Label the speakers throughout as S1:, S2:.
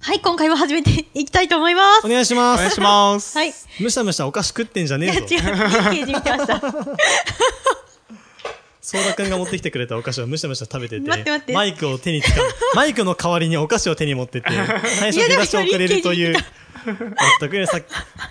S1: はい、今回も始めていきたいと思います。
S2: お願いしま
S3: お願い
S2: す。
S3: します。
S1: はい。い
S2: むしゃむしゃお菓子食ってんじゃね
S1: や、違
S2: え
S1: う。
S2: ぞ
S1: ペ。ージ見てました。
S2: ソーダくんが持ってきてくれたお菓子をむしゃむしゃ食べてて、
S1: 待って待って
S2: マイクを手につかむ。マイクの代わりにお菓子を手に持ってて、最
S1: いやで
S2: 初出
S1: も
S2: だし遅れるという。
S1: 一
S2: 全くさ、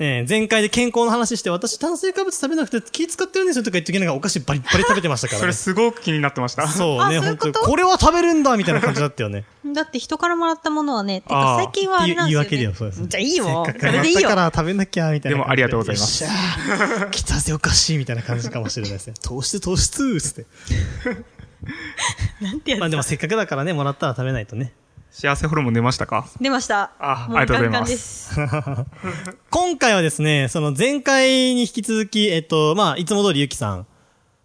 S2: えー前回で健康の話して、私炭水化物食べなくて気使ってるんですよとか言っときながらお菓子バリッバリ食べてましたから
S3: そ
S2: ね
S3: れ。すごく気になってました。
S2: そうね、
S1: あそういう
S2: 本
S1: こ
S2: 当
S1: と
S2: に。これは食べるんだみたいな感じだったよね。
S1: だって人からもらったものはね、てか
S3: あー
S1: 最近は あれなんですよ、ね。
S2: 言い訳だよそうです
S1: じゃあいいよ。 それでいい
S2: だ
S1: よ
S2: か。ら食べなきゃみたいな感じ。
S3: でもありがとうございます
S2: よっしゃー。来たぜお菓子みたいな感じかもしれないですね。糖質糖質つって。
S1: なんてやつ
S2: まあでもせっかくだからね、もらったら食べないとね。
S3: 幸せホルモン出ましたか
S1: 出ました。
S3: あ
S1: も
S3: ありがとうござい
S1: ガンガン
S3: ます
S1: です。
S2: 今回はですね、その前回に引き続き、えっと、まあ、いつも通りゆきさん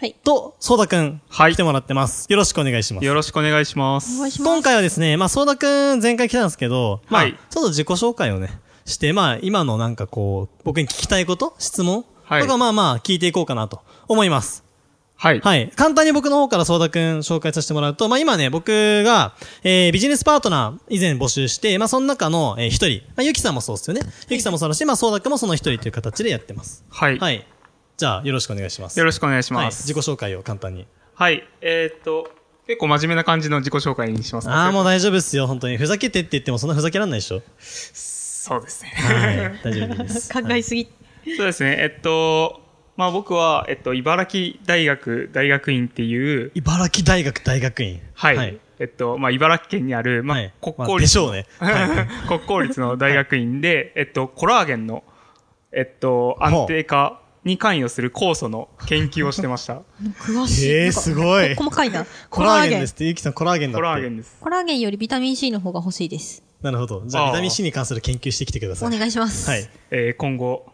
S1: はい。
S2: と、そうだくん、
S3: はい
S2: 来てもらってます。よろしくお願いします。
S3: よろしくお願いしま
S1: お
S3: す。
S1: 願いします。
S2: 今回はですね、まあ、そうだくん前回来たんですけど、まあ、
S3: はい
S2: ちょっと自己紹介をね、して、まあ、今のなんかこう、僕に聞きたいこと質問
S3: はい
S2: とか、まあまあ、聞いていこうかなと思います。
S3: はい。
S2: はい。簡単に僕の方から相田くん紹介させてもらうと、まあ今ね、僕が、えー、ビジネスパートナー以前募集して、まあその中のえー一、人、まあゆきさんもそうですよね。ゆきさんもそうだし、まあ相田くんもその一人という形でやってます。
S3: はい。
S2: はい。じゃあよろしくお願いします。
S3: よろ
S2: しく
S3: しくお願いし
S2: お
S3: ま
S2: はい。
S3: す。
S2: 自己紹介を簡単に。
S3: はい。えーっと、結構真面目な感じの自己紹介にしますね
S2: ああ、もう大丈夫ですよ、本当に。ふざけてって言ってもそんなふざけらんないでしょ。
S3: そうですね。
S2: はい。大丈 夫です。
S1: 考えすぎ。
S3: そうですね。えっと、まあ僕は、えっと、茨城大学大学院っていう、
S2: 茨城大学大学院。
S3: はい。えっと、まあ茨城県にある、まあ、
S2: はい
S3: 国
S2: まあ
S3: 公
S2: でし
S3: 立、
S2: ょうね。はい。
S3: 国公立の大学院で、えっと、コラーゲンの、えっと、安定化に関与する酵素の研究をして ました。
S1: 詳しい。
S2: えー
S1: なんか
S2: すごい
S1: こ細かいな。
S2: コラーゲンですって、ゆきさんコラーゲンだっ
S3: コ
S2: て。
S3: ラーゲンです。
S1: コラーゲンよりビタミン C の方が欲しいです。
S2: なるほど。じゃあ
S3: あー
S2: ビタミン C に関する研究してきてください。
S1: お願いします。
S2: はい。。
S3: えー今後、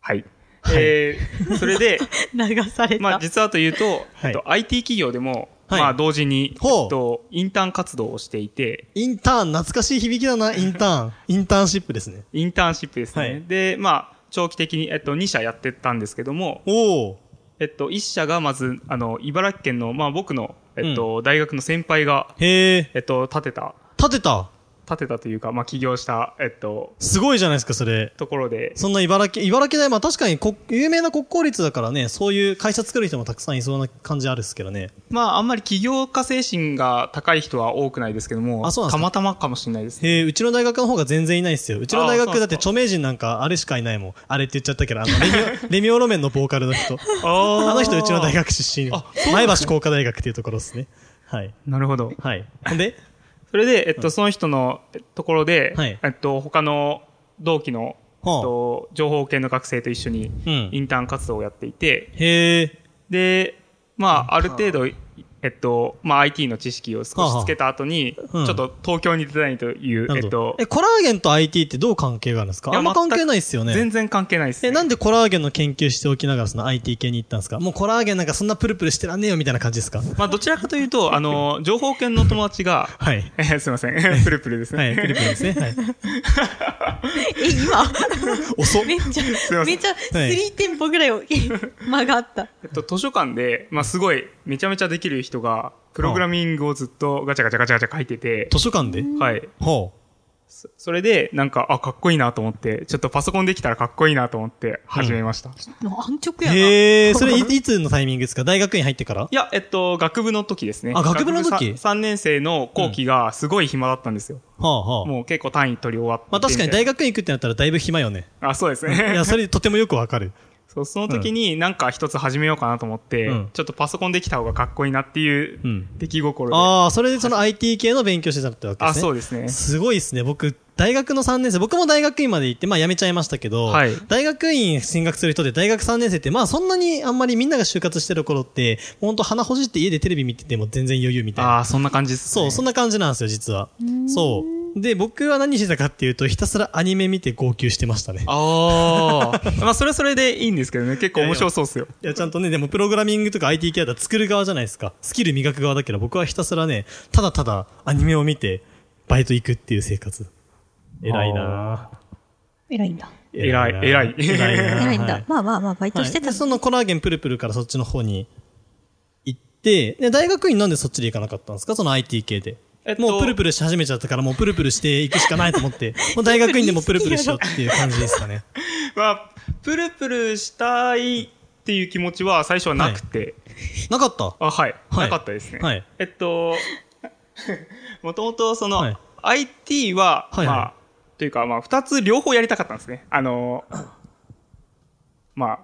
S3: はい。
S2: はい
S3: えーそ れで、
S1: 流された。
S3: まあ、実はというと、
S2: はい
S3: えっと、IT 企業でも、
S2: はい
S3: まあ、同時に、
S2: ほう
S3: えっと、インターン活動をしていて、
S2: インターン、懐かしい響きだな、インターン。インターンシップですね。
S3: インターンシップですね。
S2: はい
S3: で、まあ、長期的に、えっと、2社やってたんですけども、
S2: おお。
S3: えっと、1社がまず、あの、茨城県の、まあ、僕の、えっと、大学の先輩が、
S2: へえ、
S3: えっと、建てた、
S2: 立てた。
S3: 建てたというか、まあ、起業した、えっと、
S2: すごいじゃないですか、それ。
S3: ところで、
S2: そんな茨城、茨城大、まあ確かに国有名な国公立だからね、そういう会社作る人もたくさんいそうな感じあるっすけどね。
S3: まあ、あんまり起業家精神が高い人は多くないですけども、
S2: あそうなんです
S3: た
S2: か
S3: またまかもしれないですね
S2: へえ、うちの大学の方が全然いないっすよ。うちの大
S3: あそう
S2: 学だ
S3: なん
S2: っ
S3: で
S2: て
S3: すか
S2: 著名人なんかあれしかいないもん。あれって言っちゃったけど、あの、レミオ、 レミオロメンのボーカルの人。
S3: あ
S2: あの人、う
S3: う
S2: ちの大。学出身
S3: あ。
S2: 前橋工科大学っていうところですね。はい。
S3: なるほど。
S2: はい。ほんで
S3: それで、えっと、その人のえところで、
S2: はい
S3: えっと、他の同期の、えっと、情報系の学生と一緒に
S2: うん
S3: インターン活動をやっていて、
S2: へえ。
S3: で、まあ、ある程度、えっと、まあ、IT の知識を少しつけた後に、
S2: あうん
S3: ちょっと東京に出たいという、
S2: なる
S3: え
S2: ほ
S3: っ
S2: ど
S3: と、
S2: え、コラーゲンと IT ってどう関係があるんですか
S3: いや
S2: あんま関
S3: 全く
S2: 係ないっすよね。
S3: 全然関係ないです、ね。
S2: え、なんでコラーゲンの研究しておきながらその IT 系に行ったんですかもうコラーゲンなんかそんなプルプルしてらんねえよみたいな感じですか
S3: まあ、どちらかというと、あの、情報系の友達が、
S2: はい。
S3: えーすいません、プルプルですね。
S2: はい、プルプル ですね。は
S1: え、
S2: い。
S1: 今
S2: 遅っ
S1: めっち
S3: い
S1: ゃ、
S3: ません
S1: めっちゃ3店舗ぐらいを間があった。
S3: えっと、図書館で、まあ、すごい、めちゃめちゃできる人が、プログラミングをずっとガチャガチャガチャガチャ書いてて、
S2: 図書館で
S3: はい。
S2: ほ
S3: そそれで、なんか、あ、かっこいいなと思って、ちょっとパソコンできたらかっこいいなと思って始めました。いう
S1: 安
S2: う。
S1: 直やな。
S2: へえ、それいいつのタイミングですか大学院入ってから
S3: や、えっと、学部の時ですね。
S2: あ学部の時
S3: 3年生の後期がすごい暇だったんですよ。
S2: はあはあ。
S3: もう結構単位取り終わって。
S2: まあ確かに大
S3: 学。
S2: 学院行くってなったらだいぶ暇よね。
S3: あ、そうです
S2: い
S3: ね。
S2: や、それとてもよくわかる。
S3: そう、その時になんか一つ始めようかなと思って、
S2: うん
S3: ちょっとパソコンできた方がかっこいいなっていう
S2: うん、
S3: 出来心で。
S2: ああ、それでその IT 系の勉強してたってわけで
S3: あ、
S2: すね。
S3: そうですね。
S2: すごいですね。僕、大学の3年生、僕も大学院まで行って、まあ辞めちゃいましたけど、
S3: はい
S2: 大学院進学する人で大学3年生って、まあそんなにあんまりみんなが就活してる頃って、ほんと鼻ほじって家でテレビ見てても全然余裕みたいな。
S3: ああ、そんな感じです、ね。
S2: そう、そんな感じなんですよ、実は。そう。で、僕は何してたかっていうと、ひたすらアニメ見て号泣してましたね。
S3: ああ。 まあ、それはそれでいいんですけどね。結構面白そうっすよ。
S2: いや、ちゃんとね、でもプログラミングとか IT キャラ作る側じゃないですか。スキル磨く側だけど、僕はひたすらね、ただただアニメを見て、バイト行くっていう生活。偉いなぁ
S1: 偉いんだ。
S3: 偉い
S2: なぁ
S3: 偉い
S2: 偉いなぁ
S1: 偉いん
S2: は
S1: だ。まあまあまあ、バイト
S2: はい
S1: してたん
S2: で
S1: だ
S2: そのコラーゲンプルプルからそっちの方に行って、で、大学院なんでそっちで行かなかったんですかその IT 系で。
S3: えっと
S2: もうプルプルし始めちゃったから、もうプルプルしていくしかないと思 って、もう大学院でもプルプルしようっていう感じですかね。
S3: まあ、プルプルしたいっていう気持ちは最初はなくて。
S2: なかった
S3: あ、はい。
S2: はい
S3: なかったですね。
S2: はい
S3: えっと、 もともとその、
S2: はい
S3: IT は、
S2: はいはい
S3: まあ、というか、まあ、二つ両方やりたかったんですね。あの、まあ、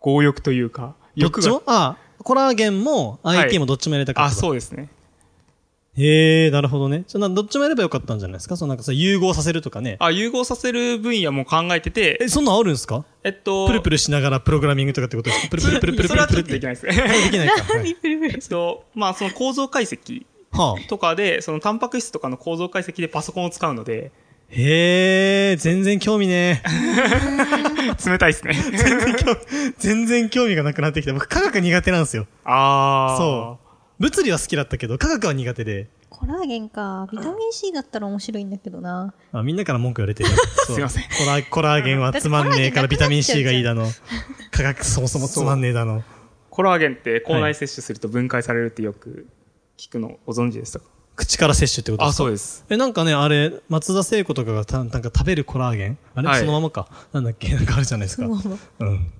S3: 強欲というか、
S2: どっ
S3: 欲
S2: ち
S3: が
S2: も。あコラーゲンも
S3: い
S2: IT もどっちもやれたから、
S3: あ、そうですね。
S2: へえ、なるほどね。そんなどっちもやればよかったんじゃないですかそのなんかさ、融合させるとかね。
S3: あ、融合させる分野も考えてて
S2: え、、そんなんあるんですか
S3: えっと、
S2: プルプルしながらプログラミングとかってことですかプルプルプルプル
S3: そ
S2: プ
S3: れ
S2: ル
S3: は
S2: プ
S3: ちょ
S2: ル
S3: っとできないです
S2: は
S3: ね。
S2: いできないか。はい
S1: 何プルプル
S3: えっと、まあ、その構造解析
S2: はあ。
S3: とかで、そのタンパク質とかの構造解析でパソコンを使うので、
S2: へえ、全然興味ねえ。
S3: 冷たいですね。
S2: 全然興味がなくなってきた。僕、科学苦手なんですよ。
S3: ああ。
S2: そう。物理は好きだったけど、科学は苦手で。
S1: コラーゲンか。ビタミン C だったら面白いんだけどな。
S2: あみんなから文句言われて る。そう
S3: すいません
S2: コラ。コラーゲンはつまんねえからビタミン C がいいだの。科学そもそもつまんねえだの。
S3: コラーゲンって口内摂取すると分解されるってよく聞くのご存知でしたか、
S2: 口から摂取ってことですか
S3: そうです。
S2: え、なんかね、あれ、松田聖子とかがた、なんか食べるコラーゲンあれ、
S3: はい
S2: そのままか。なんだっけなんかあるじゃないですか。
S1: もう
S2: うん。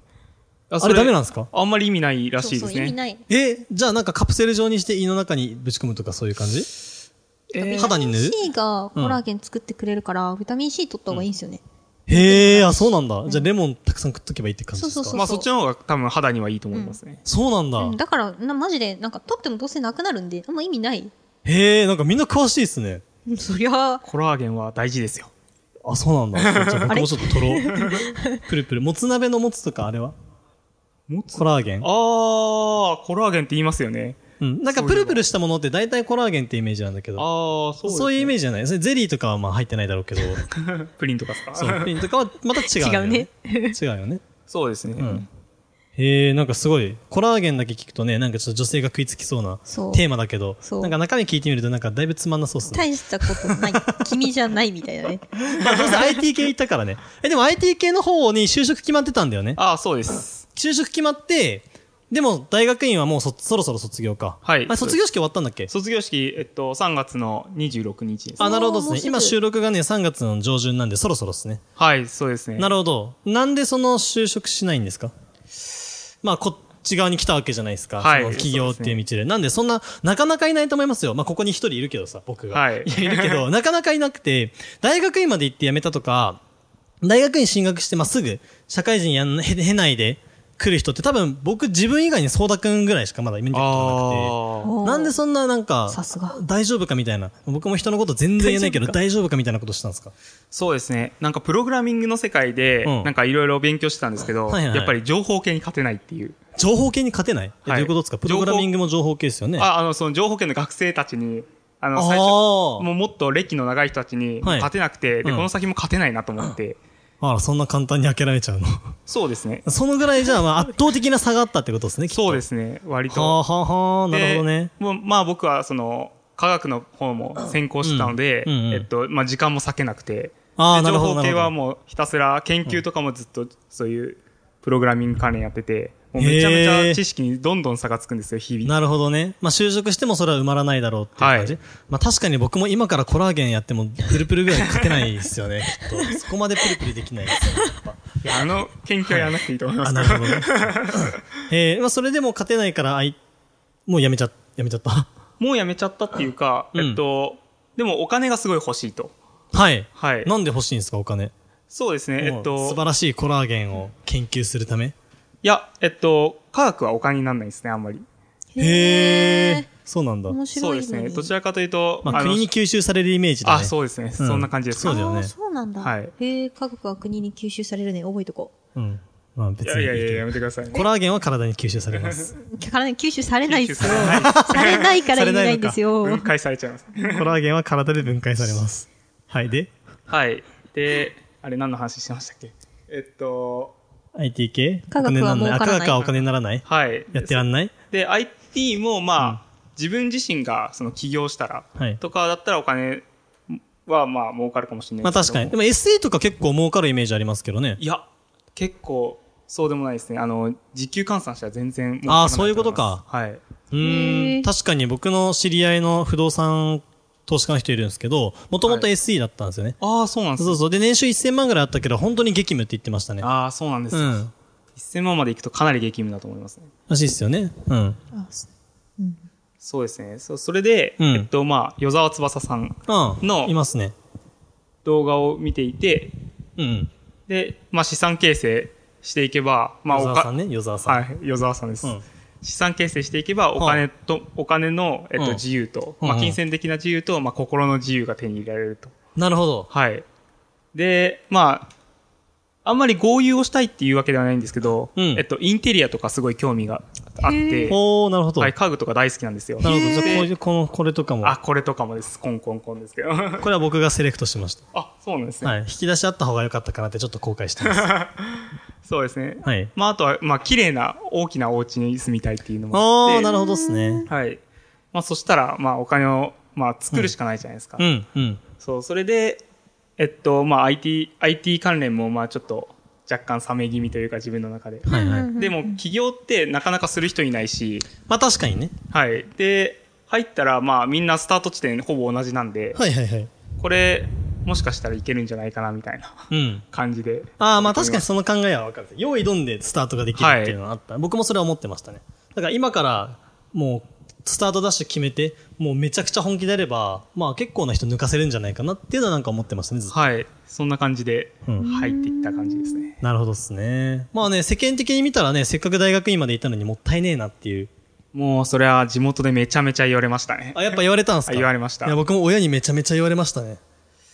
S3: あ
S2: あれダメなんですか
S3: あんまり意味ないら
S1: そ
S3: し
S1: う
S3: いで
S1: そう、
S3: す
S1: 意味
S3: ね。
S1: ない。
S2: え、じゃあなんかカプセル状にして胃の中にぶち込むとかそういう感じ
S3: えー
S2: 肌に塗る
S1: C がコラーゲン作ってくれるから、ビタミン C 取った方がいいんですよね。
S2: へえ、あ、そうなんだ。じゃあレモンたくさん食っとけばいいって感じですか
S1: そうそうそう
S3: まあそっちの方が多分肌にはいいと思いますね。
S2: そうなんだ。
S1: うんだから、な、マジで、なんか、取ってもどうせなくなるんで、あんま意味ない。
S2: へえ、なんかみんな詳しいですね。
S1: うんそりゃあ、
S3: コラーゲンは大事ですよ。
S2: あ、そうなんだ。じゃあ僕もちょっと取ろう。プルプル。もつ鍋のもつとかあれは
S3: もつ
S2: コラーゲン
S3: ああ、コラーゲンって言いますよね。
S2: うん。なんかプルプルしたものって大体コラーゲンってイメージなんだけど。
S3: ああ、そう
S2: そういうイ
S3: イメ
S2: メージじゃないそれゼリーとかはまあ入ってないだろうけど。
S3: ージ。プリンとかですか
S2: そう。プリンとかはまた違う、違うね。違うよね。
S3: そうですね。
S2: うん。へえ、なんかすごい、コラーゲンだけ聞くとね、なんかちょっと女性が食いつきそうな
S1: そう
S2: テーマだけど、
S1: そう
S2: なんか中身聞いてみるとなんかだいぶつまんなそうっすね。
S1: 大したこと ない。君じゃないみたいなね。
S2: まあどうせ IT 系行ったからね。え、でも IT 系の方に就職決まってたんだよね。
S3: ああ、そうです。
S2: 就職決まって、でも大学院はもうそそろそろ卒業か。
S3: はい
S2: あれ卒業式終わったんだっけ
S3: 卒業式、えっと、3月の26日です。
S2: あ、なるほどです
S1: もう
S2: ね。
S1: すぐ
S2: 今収録がね、3月の上旬なんでそろそろですね。
S3: はい、そうですね。
S2: なるほど。なんでその就職しないんですかまあ、こっち側に来たわけじゃないですか。
S3: はい
S2: その企業っていう道で。なんでそんな、なかなかいないと思いますよ。まあ、ここに一人いるけどさ、僕が。
S3: はい
S2: やい るけど、なかなかいなくて、大学院まで行って辞めたとか、大学院進学して、まあ、すぐ、社会人やん、へ、へないで来る人って多分僕自分以外に相田くんぐらいしかまだ見たことなくて。
S3: ああ。
S1: おー
S2: なんでそんななんか、
S1: さすが
S2: 大丈夫かみたいな。僕も人のこと全然言えないけど、大丈夫かみたいなことしたんですか
S3: そうですね。なんかプログラミングの世界で、
S2: うん
S3: なんかいろいろ勉強してたんですけど、
S2: はいはい
S3: やっぱり情報系に勝てないっていう。
S2: 情報系に勝てない、え
S3: は
S2: どう
S3: い
S2: いうことですかプログラミングも情報系ですよね。
S3: あ、あの、その情報系の学生たちに、あ
S2: あ
S3: の、最初、
S2: ー、
S3: もうもっと歴の長い人たちに
S2: はい
S3: 勝てなくて、で、
S2: うん
S3: この先も勝てないなと思って、
S2: あら、そんな簡単に諦めちゃうの。
S3: そうですね。
S2: そのぐらいじゃあ、まあ、圧倒的な差があったってことですね、。
S3: そうですすね、割
S2: はあ、
S3: と。
S2: はあはあ、なるほどね
S3: で。。もうまあ僕は、その、科学の方も専攻してたので、
S2: うんうんうん
S3: えっと、まあ時間も割けなくて、
S2: あー
S3: で
S2: なる
S3: 情
S2: ほど
S3: 報系は
S2: なるほど
S3: もうひたすら研究とかもずっとそういうプログラミング関連やってて、もうめちゃめ
S2: へ
S3: ち
S2: ー
S3: ゃ知識にどんどん差がつくんですよ、日々。
S2: なるほどね。まあ、就職してもそれは埋まらないだろうっていう感じ。
S3: は
S2: まあ、確かに僕も今からコラーゲンやっても、プルプルぐらい勝てないですよね、 きっと。そこまでプルプルできないですよね、やっぱ。
S3: いやあの研究はやらなくていいと思いま
S2: あ、
S3: す。
S2: なるほどね。えー、まあ、それでも勝てないから、あい、もうやめちゃ、やめちゃった。
S3: もうやめちゃったっていうか、
S2: うん
S3: えっと、でもお金がすごい欲しいと。
S2: はい。
S3: はい。
S2: なんで欲しいんですか、お金。
S3: そうですね、えっ
S2: もう素
S3: と
S2: 晴、らしいコラーゲンを研究するため。
S3: いや、えっと、科学はお金にならないですね、あんまり。
S2: へえ。そうなんだ。
S1: 面
S3: そ
S1: 白
S3: う
S1: い
S3: で
S1: のに
S3: すね。どちらかというと、
S2: まあ、
S3: あの
S2: 国に吸収されるイメージだね。
S3: あ、そうですね。
S2: うん
S3: そんな感じです。
S2: そうだよね
S1: あーそうなんだ。
S3: はい
S1: へえ、科学は国に吸収されるね。覚えとこ
S2: う。ん。まあ、別
S3: い
S2: に
S3: やいやいや、や
S2: いい
S3: めてください、ね
S2: けど。コラーゲンは体に吸収されます。
S1: う。 体に吸収されないですよ。
S3: 吸収
S1: されないから意味ないんですよ。
S3: 分解されちゃいます。
S2: コラーゲンは体で分解されます。はい、で
S3: はい。で、あれ何の話してましたっけえっと、
S2: ?IT 系
S1: 科学は
S2: お金にならない。
S1: 儲か
S2: あ
S1: らない
S2: 科学はお金にならない
S3: はい。
S2: やってらんない
S3: で、IT もまあ、自分自身がその起業したら、
S2: はい
S3: とかだったらお金はまあ儲かるかもしれない
S2: まあ
S3: で
S2: 確
S3: すけど
S2: かに。でも SE とか結構儲かるイメージありますけどね。
S3: いや、結構、そうでもないですね。あの、時給換算したら全然儲からな
S2: あーそういうことか
S3: 思います。は
S2: うー
S1: へ
S2: ん。
S1: ー
S2: 確かに僕の知り合いの不動産投資家の人いるんですけど、もともと
S3: はい
S2: SE だったんですよね。
S3: い。ああ、そうなんです
S2: そうそう。で、年収1000万ぐらいあったけど、本当に激務って言ってましたね。
S3: ああ、そうなんです
S2: う
S3: よ。
S2: ん。
S3: 1000万までいくとかなり激務だと思いますね。
S2: らしいですよね。うん。
S1: あす
S3: そうですね。そうそれで、
S2: うん
S3: えっと、まあ、与沢翼さん
S2: うん。
S3: の
S2: いますね。
S3: 動画を見ていて、
S2: うんうん。
S3: で、まあ、資産形成していけば、まあ、
S2: 与
S3: お
S2: 沢さ
S3: か
S2: ん、ね、与沢さん。
S3: はい、与沢さんです。
S2: うん
S3: 資産形成していけば、お金と、お金の、えっ
S2: うん
S3: と、自由と、
S2: うん
S3: まあ、金銭的な自由と、まあ、心の自由が手に入れられると。
S2: なるほど。
S3: はい。で、まあ、あんまり豪遊をしたいっていうわけではないんですけど、
S2: うん
S3: えっと、インテリアとかすごい興味があっ
S1: へ
S3: て、
S2: おー、なるほど。
S3: は、
S2: ないる
S3: 家具とか大好きなんですよ。
S2: ほど。
S1: へー
S2: じゃあ、こういう、この、これとかも。
S3: あ、これとかもです。コンコンコンですけど。
S2: これは僕がセレクトしまし
S3: あ、そうなんです
S2: た。
S3: ね。
S2: はい。引き出しあった方が良かったかなってちょっと後悔して ます。
S3: そうですね。
S2: はい。
S3: まあ、あとは、まあ、綺麗な大きなお家に住みたいっていうのもあって。
S2: あー、なるほどっすね。
S3: はい。まあ、そしたら、まあ、お金を、まあ、作るしかないじゃないですか。
S2: うん、うん。
S3: そう、それで、えっと、まあ、IT、IT 関連も、まあ、ちょっと、若干冷め気味というか、自分の中で。
S2: はいはい。
S3: でも、起業ってなかなかする人いないし、
S2: まあ確かにね。
S3: はい。で、入ったら、まあ、みんなスタート地点ほぼ同じなんで、
S2: はいはいはい。
S3: これ、もしかしたらいけるんじゃないかな、みたいな
S2: うん。
S3: 感じで。
S2: ああ、まあ確かにその考えはわかる。用意どんでスタートができるっていうのはあった。僕もそれは思ってましたね。だから今から、もう、スタートダッシュ決めて、もうめちゃくちゃ本気であれば、まあ結構な人抜かせるんじゃないかなっていうのはなんか思ってましたね、ずっと。
S3: はい。そんな感じで、
S2: うん
S3: 入っていった感じですね。
S2: なるほどっすね。まあね、世間的に見たらね、せっかく大学院までいたのにもったいねえなっていう。
S3: もう、それは地元でめちゃめちゃ言われましたね。
S2: あ、やっぱ言われたんすか
S3: あ言われました
S2: いや、僕も親にめちゃめちゃ言われましたね。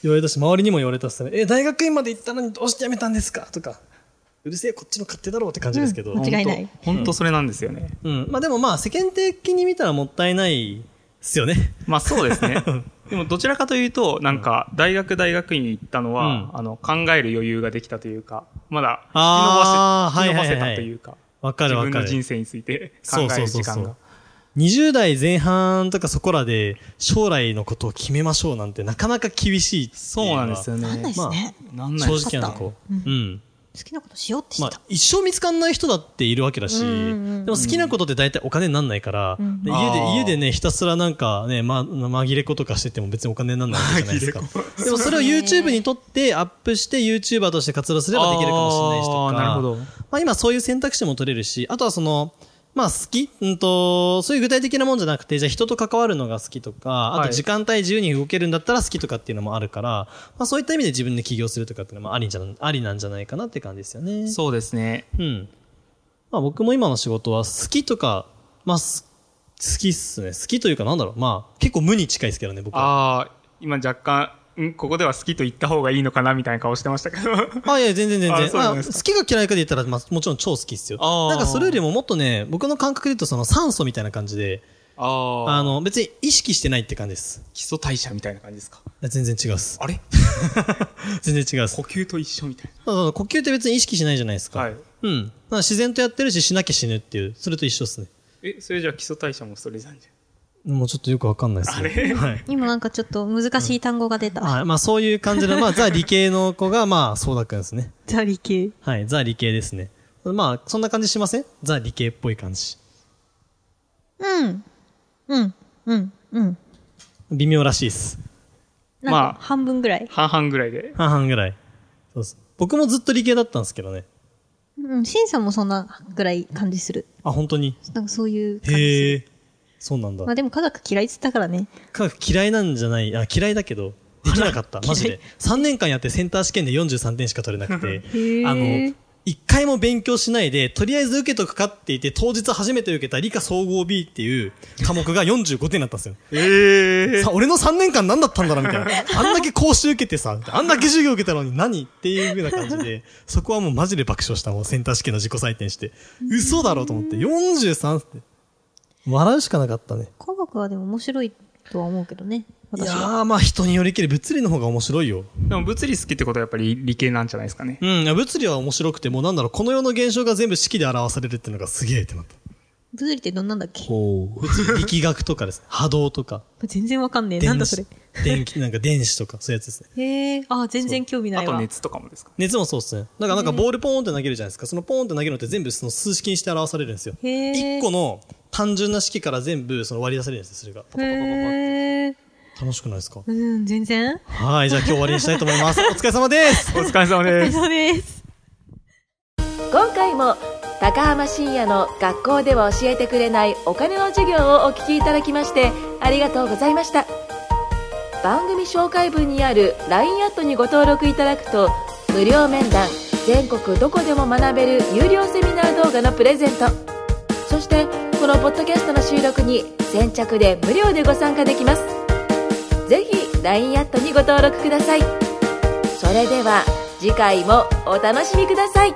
S2: 言われたし、周りにも言われたっすね。え、大学院まで行ったのにどうして辞めたんですかとか。うるせえ、こっちの勝手だろうって感じですけど。
S1: うん間違いない
S3: 本当。本当それなんですよね。
S2: うん。まあでもまあ、世間的に見たらもったいないっすよね。
S3: まあそうですね。でもどちらかというと、なんか、大学大学院に行ったのは、
S2: うん
S3: あの、考える余裕ができたというか、まだ、引き
S2: あー
S3: 伸ば
S2: は
S3: せ、
S2: い
S3: 引き
S2: はい
S3: 伸
S2: は
S3: ば
S2: い
S3: せたというか、
S2: わか
S3: 自
S2: るわ
S3: 分
S2: か
S3: の人
S2: る。
S3: 生について考
S2: そう
S3: え
S2: そう
S3: る
S2: そ
S3: 時
S2: うそ
S3: 間が
S2: う。。20代前半とかそこらで将来のことを決めましょうなんてなかなか厳しいってい
S3: そうなんですよね。
S1: なんないですね。
S3: なんない
S2: 正
S3: です
S2: 直なとこ。う
S1: うん
S2: ん。
S1: 好きなことしようってし
S2: ま
S1: た
S2: あ。一生見つかんない人だっているわけだし、
S1: う
S2: で
S1: んうんうん
S2: も好きなことって大体お金になんないから、
S1: うん
S2: で
S3: あー
S2: 家で、家でね、ひたすらなんかね、ま、紛れ子とかしてても別にお金になんないわけじゃないですか。でもそれを YouTube に撮ってアップして YouTuber として活動すればできるかもしれないしと
S3: あ
S2: か。
S3: ーなるほど。
S2: まあ今そういう選択肢も取れるし、あとはその、まあ好きうんと、そういう具体的なもんじゃなくて、じゃあ人と関わるのが好きとか、あ
S3: は
S2: と
S3: い
S2: 時間帯自由に動けるんだったら好きとかっていうのもあるから、まあそういった意味で自分で起業するとかっていうのもありんじゃな、ありなんじゃないかなって感じですよね。
S3: そうですね。
S2: うん。まあ僕も今の仕事は好きとか、まあす好きっすね。好きというかなんだろう。まあ結構無に近いですけどね、僕は。
S3: ああ、今若干、んここでは好きと言った方がいいのかなみたいな顔してましたけど。
S2: あ、いや、全然全
S3: あ
S2: 然。
S3: そうなん
S2: まあ、
S3: で
S2: 好
S3: すか
S2: きか嫌いかで言ったら、まあ、もちろん超好きっすよ。
S3: あー
S2: なんかそれよりももっとね、僕の感覚で言うとその酸素みたいな感じで、
S3: あ
S2: あ
S3: あの、
S2: の、別に意識してないって感じです。
S3: 基礎代謝みたいな感じですか。
S2: 全然違うっ す。
S3: あれ
S2: 全然違うっす。
S3: 呼吸と一緒みたい
S2: そうそう呼吸って別に意識しないじゃないですか。
S3: な。はい。
S2: うん。だから自然とやってるし、しなきゃ死ぬっていう、それと一緒っすね。
S3: え、それじゃあ基礎代謝もそれじゃんじ
S2: もうちょっとよくわかんないっすね。
S3: あれ
S2: はい。
S1: 今なんかちょっと難しい単語が出た。
S2: はい。まあそういう感じの、まあザ理系の子が、まあ、そうだくんですね。
S1: ザリ系。
S2: はい。ザ理系ですね。まあ、そんな感じしませんザ理系っぽい感じ。
S1: うん。うん。うん。うん。
S2: 微妙らしいっす。
S1: なん
S3: まあ
S1: か半分ぐらい。
S3: ゃん。半々ぐらいで。
S2: 半々ぐらい。そうっす。僕もずっと理系だったんですけどね。
S1: うん。シンさんもそんなぐらい感じする。
S2: あ、本当に。
S1: なんかそういう感じする。
S2: へえ。そうなんだ
S1: まあ。でも科学嫌いって言ったからね。
S2: 科学嫌いなんじゃない、あ、嫌いだけど、できなかった、マジで。3年間やってセンター試験で43点しか取れなくて
S1: へ、ー
S2: あの、一回も勉強しないで、とりあえず受けとくかって言って、当日初めて受けた理科総合 B っていう科目が45点だったんですよ。
S3: ええ
S2: さ、俺の3年間何だったんだろうみたいな。 あんだけ講習受けてさ、あんだけ授業受けたのに何っていう風な感じで、そこはもうマジで爆笑した。もうセンター試験の自己採点して。嘘だろうと思って。43って。笑うしかなかったね。
S1: 科学はでも面白いとは思うけどね。
S2: い
S1: 私
S2: や
S1: は。
S2: ー、まあ人によりきり物理の方が面白いよ。
S3: でも物理好きってことはやっぱり理系なんじゃないですかね。
S2: うん、物理は面白くて、もうなんだろう、この世の現象が全部式で表されるっていうのがすげえってなった。
S1: 物理ってどんなんだっけ
S2: ほう。物理、力学とかですね。波動とか。
S1: 全然わかんねえ。なんだそれ。
S2: 電気、なんか電子とか、そういうやつですね。
S1: へえ、あ、全然興味な
S3: あ
S1: いわ。
S3: と熱とかもですか
S2: 熱もそうですね。だからなんかボールポーンって投げるじゃないですか。そのポーンって投げるのって全部その数式にして表されるんですよ。
S1: へー
S2: 一個の単純な式から全部その割り出されるんですよ、それが。パパパパパって
S1: へえ、
S2: 楽しくないですか
S1: うん、全然。
S2: はい、じゃあ今日終わりにしたいと思います。お疲れ様です
S3: お疲れ様です。
S1: そうです。
S4: 今回も高浜深也の学校では教えてくれないお金の授業をお聞きいただきましてありがとうございました番組紹介文にある LINE アットにご登録いただくと無料面談全国どこでも学べる有料セミナー動画のプレゼントそしてこのポッドキャストの収録に先着で無料でご参加できますぜひ LINE アットにご登録くださいそれでは次回もお楽しみください